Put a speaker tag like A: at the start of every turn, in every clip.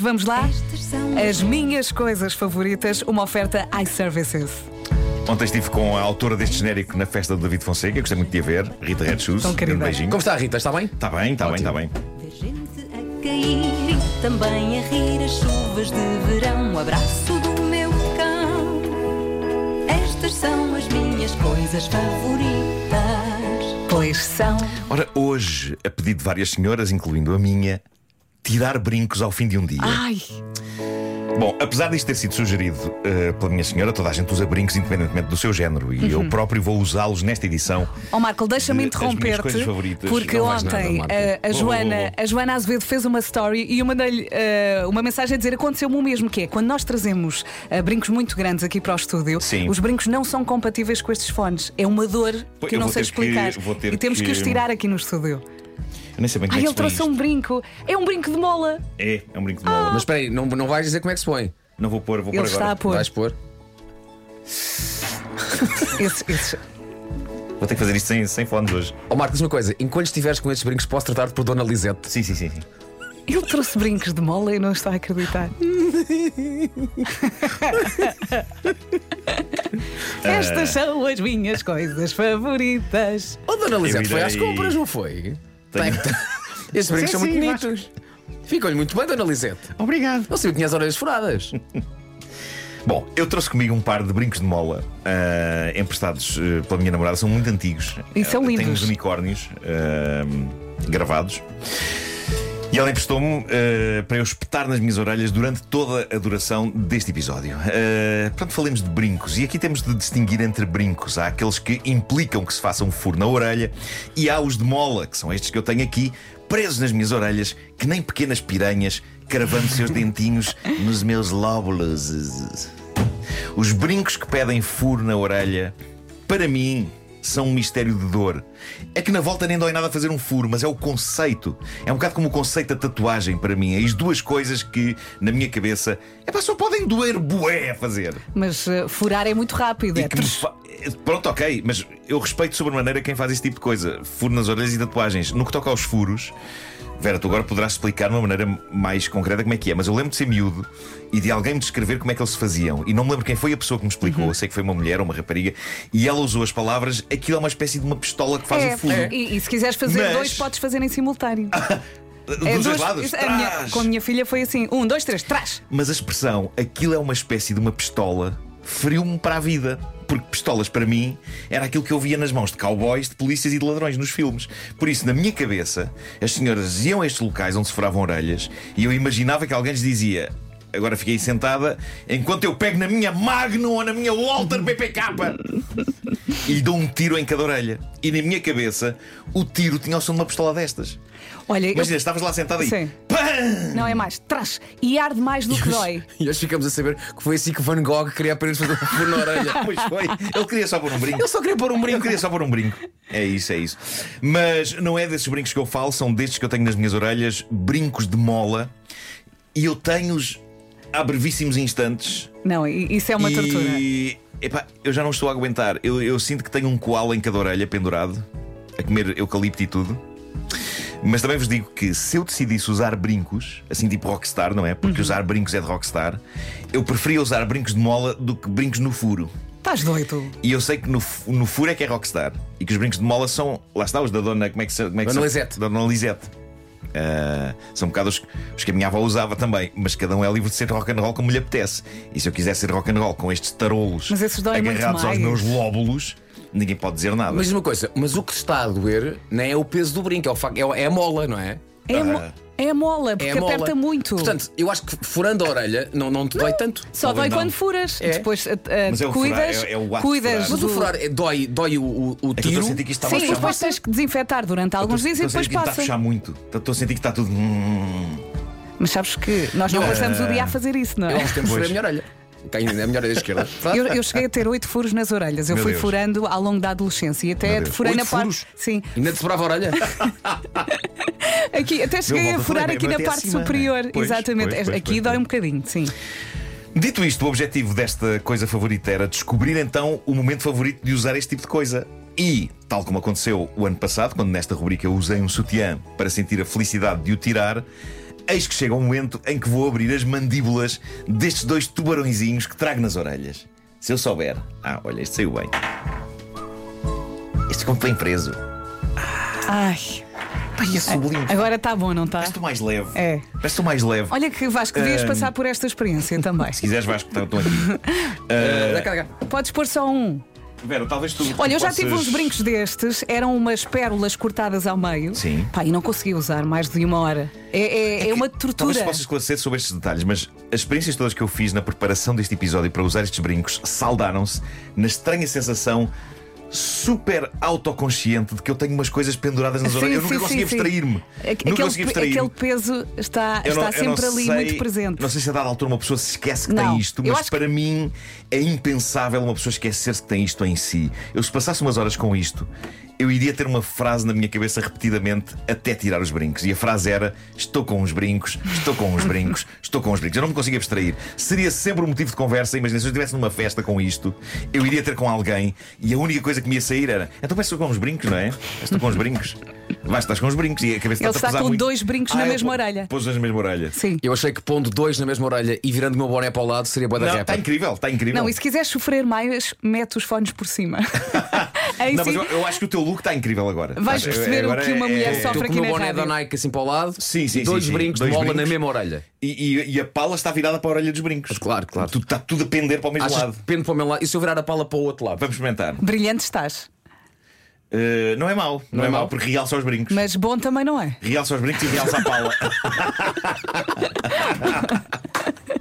A: Vamos lá? As minhas coisas favoritas, uma oferta iServices.
B: Ontem estive com a autora deste genérico na festa do David Fonseca, gostei muito de a ver, Rita Red Shoes.
A: Tão querida.
B: Um beijinho.
C: Como está a Rita? Está bem?
B: Está bem, está bem, está bem.
D: Ver gente a cair e também a rir as chuvas de verão. O abraço do meu cão. Estas são as minhas coisas favoritas.
A: Pois são.
B: Ora, hoje, a pedido de várias senhoras, incluindo a minha, tirar brincos ao fim de um dia.
A: Ai,
B: Bom, apesar disto ter sido sugerido eh, pela minha senhora, toda a gente usa brincos independentemente do seu género e
A: Uhum.
B: eu próprio vou usá-los nesta edição.
A: ó Oh, Marco, deixa-me
B: De- as minhas
A: interromper-te.
B: coisas favoritas.
A: Porque
C: Não faz
A: ontem eh,
C: nada, Marco.
A: a, a
B: Vou,
A: Joana,
B: vou, vou.
A: a Joana Azevedo fez uma story e eu mandei-lhe eh, uma mensagem a dizer: aconteceu-me o mesmo, que é quando nós trazemos eh, brincos muito grandes aqui para o estúdio,
B: Sim.
A: os brincos não são compatíveis com estes fones. É uma dor
B: Pois,
A: que eu
B: eu
A: não
B: vou
A: sei
B: ter que-
A: explicar.
B: vou ter
A: e temos que...
B: que-
A: os tirar aqui no estúdio.
B: Eu nem sei bem como
A: Ai,
B: é que
A: ele
B: se põe
A: trouxe um
B: isto.
A: brinco. É um brinco de mola.
B: É, é um brinco de mola.
C: Mas espera aí, não, não vais dizer como é que se põe.
B: Não vou pôr, vou
A: Ele
B: pôr
A: está a
B: agora.
A: pôr.
C: Vais pôr.
A: Esse- esse-
B: Vou ter que fazer isto sem, sem fones hoje.
C: Ó Marco, diz uma coisa: enquanto estiveres com estes brincos, posso tratar-te por Dona Lisete.
B: Sim, sim, sim. sim.
A: Ele trouxe brincos de mola e não estou a acreditar. Estas
B: É.
A: são as minhas coisas favoritas.
C: Ó Oh, Dona Lisete, foi às
B: irei-
C: compras, não foi?
B: Tenho-
C: então, Tem- Estes brincos
B: Sim,
C: são muito
B: sim,
C: bonitos. Ficam-lhe muito bem, Dona Lisete.
B: Obrigado.
C: Não sabia que tinha as orelhas furadas.
B: Bom, eu trouxe comigo um par de brincos de mola ah, emprestados ah, pela minha namorada, são muito antigos.
A: E são
B: Ah, Tem
A: lindos.
B: uns unicórnios ah, gravados. E ela emprestou-me ah, para eu espetar nas minhas orelhas durante toda a duração deste episódio. Ah, pronto, falemos de brincos. E aqui temos de distinguir entre brincos. Há aqueles que implicam que se faça um furo na orelha e há os de mola, que são estes que eu tenho aqui, presos nas minhas orelhas, que nem pequenas piranhas, cravando seus dentinhos nos meus lóbulos. Os brincos que pedem furo na orelha, para mim, são um mistério de dor. É que na volta nem dói nada fazer um furo, mas é o conceito. É um bocado como o conceito da tatuagem para mim. É as duas coisas que, na minha cabeça, é pá, só podem doer bué a fazer.
A: Mas eh, furar é muito rápido.
B: E
A: é
B: que me fa- eh, Pronto, ok, mas eu respeito sobremaneira quem faz esse tipo de coisa. Furo nas orelhas e tatuagens. No que toca aos furos, Vera, tu agora poderás explicar de uma maneira mais concreta como é que é, mas eu lembro de ser miúdo e de alguém me descrever como é que eles se faziam. E não me lembro quem foi a pessoa que me
A: Uhum.
B: explicou. Eu sei que foi uma mulher ou uma rapariga e ela usou as palavras: aquilo é uma espécie de uma pistola que faz
A: É,
B: o Eh, furo.
A: E, e se quiseres fazer
B: Mas- Ah,
A: dois, podes fazer em simultâneo.
B: Dos
A: É,
B: dois
A: dois-
B: lados.
A: isso- a minha-
B: trás.
A: com a minha filha foi assim: um, dois, três, trás.
B: Mas a expressão aquilo é uma espécie de uma pistola feriu-me para a vida. Porque pistolas para mim era aquilo que eu via nas mãos de cowboys, de polícias e de ladrões nos filmes. Por isso, na minha cabeça, as senhoras iam a estes locais onde se furavam orelhas e eu imaginava que alguém lhes dizia. Agora fiquei sentada enquanto eu pego na minha Magnum ou na minha Walter PPK e lhe dou um tiro em cada orelha. E na minha cabeça, o tiro tinha o som de uma pistola destas.
A: Olha, eu-
B: Imagina, estavas lá sentada e.
A: Sim.
B: Pam!
A: não é mais, trás. E arde mais do que dói.
C: E hoje ficamos a saber que foi assim que Van Gogh queria apenas fazer um furo na orelha.
B: Pois foi. Ele queria só pôr um brinco.
C: Eu só queria pôr um
B: Eu
C: brinco.
B: queria só pôr um brinco. É isso, é isso. Mas não é desses brincos que eu falo, são destes que eu tenho nas minhas orelhas, brincos de mola. E eu tenho-os há brevíssimos instantes.
A: Não, e- isso é uma tortura.
B: e... Epá, eu já não estou a aguentar. Eu, eu sinto que tenho um coala em cada orelha pendurado, a comer eucalipto e tudo. Mas também vos digo que se eu decidisse usar brincos, assim tipo rockstar, não é? Porque
C: Uhum.
B: usar brincos é de rockstar, eu preferia usar brincos de mola do que brincos no furo.
A: Estás doido.
B: E eu sei que no, fu- no furo é que é rockstar E que os brincos de mola são. Lá está, os da dona. Como é que se. Como é que
C: Dona
B: se-
C: Lisete.
B: Dona Lisete. Ah, são um bocado os, os que a minha avó usava também. Mas cada um é livre de ser rock and roll como lhe apetece. E se eu quiser ser rock and roll com estes tarolos
A: Mas esses doem muito
B: agarrados aos
A: mais.
B: meus lóbulos, ninguém pode dizer nada.
C: Mas diz uma coisa, mas o que te está a doer não é o peso do brinco, é, o facto, é, o- é a mola, não é?
A: É, a mo- é a mola, porque
C: É a mola.
A: aperta muito.
C: Portanto, eu acho que furando a orelha não, não te dói tanto.
A: Só dói
B: não.
A: quando furas.
C: É.
A: E depois ah, ah,
B: Mas é o furar,
A: cuidas.
B: é- é o ato de
A: cuidas
B: furar.
C: Mas o
A: do-
C: furar é- dói, dói o, o- o
B: é que eu
C: tiro.
B: estou a sentir que isto está a
A: Sim, mas
B: puxar.
A: depois tens que desinfetar durante alguns dias e
B: Estou a
A: depois
B: sentir que isto está a
A: passa.
B: puxar muito. Estou a sentir que está tudo. Hum.
A: Mas sabes que nós não passamos o dia a fazer isso, não
C: Eu
A: é?
C: acho que temos furei a minha orelha. Cai na minha orelha esquerda.
A: Eu, eu cheguei a ter oito furos nas orelhas. Eu
B: Meu
A: fui
B: Deus.
A: furando ao longo da adolescência e até
B: Meu Deus.
A: furei na
C: Oito
A: parte.
C: furos?
A: Sim,
C: Ainda te sobrava a orelha?
A: aqui, até cheguei
B: volta
A: a
B: a
A: furar
B: falar,
A: aqui
B: bem,
A: na
B: até
A: parte
B: acima, né?
A: superior.
B: Pois,
A: Exatamente.
B: pois, pois,
A: aqui
B: pois,
A: dói
B: pois.
A: um bocadinho, sim.
B: Dito isto, o objetivo desta coisa favorita era descobrir então o momento favorito de usar este tipo de coisa. E, tal como aconteceu o ano passado, quando nesta rubrica eu usei um sutiã para sentir a felicidade de o tirar, Eis que chega um momento em que vou abrir as mandíbulas destes dois tubarõezinhos que trago nas orelhas. Se eu souber. Ah, olha, este saiu bem. Este ficou muito bem preso.
A: Ai,
B: Pai, é sublime.
A: agora está bom, não está?
B: Parece-te mais leve.
A: É.
B: Parece-te mais leve.
A: Olha que Vasco, devias
B: Ahm.
A: passar por esta experiência também.
B: Se quiseres, vais escutar, estou aqui.
C: Dá cá, dá cá.
A: Podes pôr só um.
B: Vera, talvez tu.
A: Olha, eu já
B: possas-
A: tive uns brincos destes, eram umas pérolas cortadas ao meio.
B: Sim.
A: Pá, e não consegui usar mais de uma hora. É, é- é
B: que
A: uma
B: Talvez
A: tortura.
B: possa esclarecer sobre estes detalhes, mas as experiências todas que eu fiz na preparação deste episódio para usar estes brincos saldaram-se na estranha sensação super autoconsciente de que eu tenho umas coisas penduradas nas
A: Sim,
B: orelhas. Eu
A: sim,
B: nunca
A: sim,
B: conseguia
A: sim.
B: abstrair-me.
A: Aque-
B: Nunca
A: Aquele,
B: conseguia
A: pe-
B: abstrair-me.
A: aquele peso está,
B: Eu não-
A: está
B: eu não
A: sempre ali
B: sei-
A: muito presente.
B: Não sei se a dada altura uma pessoa se esquece que
A: Não,
B: tem isto,
A: eu
B: mas
A: acho que-
B: para mim é impensável uma pessoa esquecer-se que tem isto em si. Eu, se passasse umas horas com isto, eu iria ter uma frase na minha cabeça repetidamente até tirar os brincos. E a frase era: Estou com os brincos, estou com os brincos, estou com os brincos. Eu não me conseguia abstrair. Seria sempre um motivo de conversa. Imagina, se eu estivesse numa festa com isto, eu iria ter com alguém e a única coisa que me ia sair era: Então parece que estou com os brincos, não é? Estou com os brincos. Vais, estás com os brincos. E a cabeça
A: Ele
B: está a
A: está
B: pesar
A: com
B: muito. Ah,
A: dois brincos na
B: eu
A: mesma
B: pô-
A: orelha.
B: Pôs nas mesmas orelhas.
A: Sim.
C: Eu achei que pondo dois na mesma orelha e virando o meu boné para o lado seria boa da
B: Não,
C: rap.
B: está é, incrível, está incrível.
A: Não, e se quiseres sofrer mais, mete os fones por cima. Aí
B: Não, mas
A: sim,
B: eu, eu acho que o teu look está incrível agora.
A: é Vais
B: Acho- eu-
A: perceber o
B: agora é-
A: que uma mulher sofre.
C: Estou
A: aqui
C: com o meu
A: na
C: boné
A: rádio.
C: da Nike assim para o lado
B: Sim, sim,
C: e dois
B: sim, sim.
C: brincos
B: Dois
C: de bola
B: brincos.
C: na mesma orelha.
B: E, e- e a pala está virada para a orelha dos brincos.
C: Claro, claro.
B: Tu está tudo a pender para o mesmo
C: Achas que
B: lado.
C: depende para o meu lado e se eu virar a pala para o outro lado?
B: Vamos experimentar.
A: brilhante estás.
B: Eh, não é mau, não,
C: é
B: é mau,
C: mau?
B: porque realça os brincos.
A: Mas bom também não é.
B: Realça os brincos e realça a pala.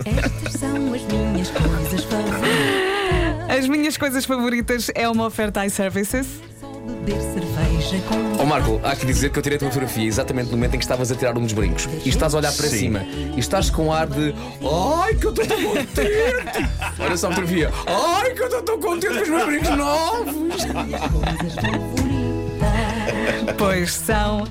D: Estas são as minhas coisas favoritas.
A: As minhas coisas favoritas é uma oferta iServices.
D: Só beber cerveja com.
C: Ó Marco, há que dizer que eu tirei-te uma fotografia exatamente no momento em que estavas a tirar um dos brincos e estás a olhar para
B: Sim.
C: cima e estás com um ar de Ai que eu estou tão contente! Olha só a fotografia Ai que eu estou tão contente com os meus brincos novos!
D: As minhas coisas favoritas.
A: Pois são.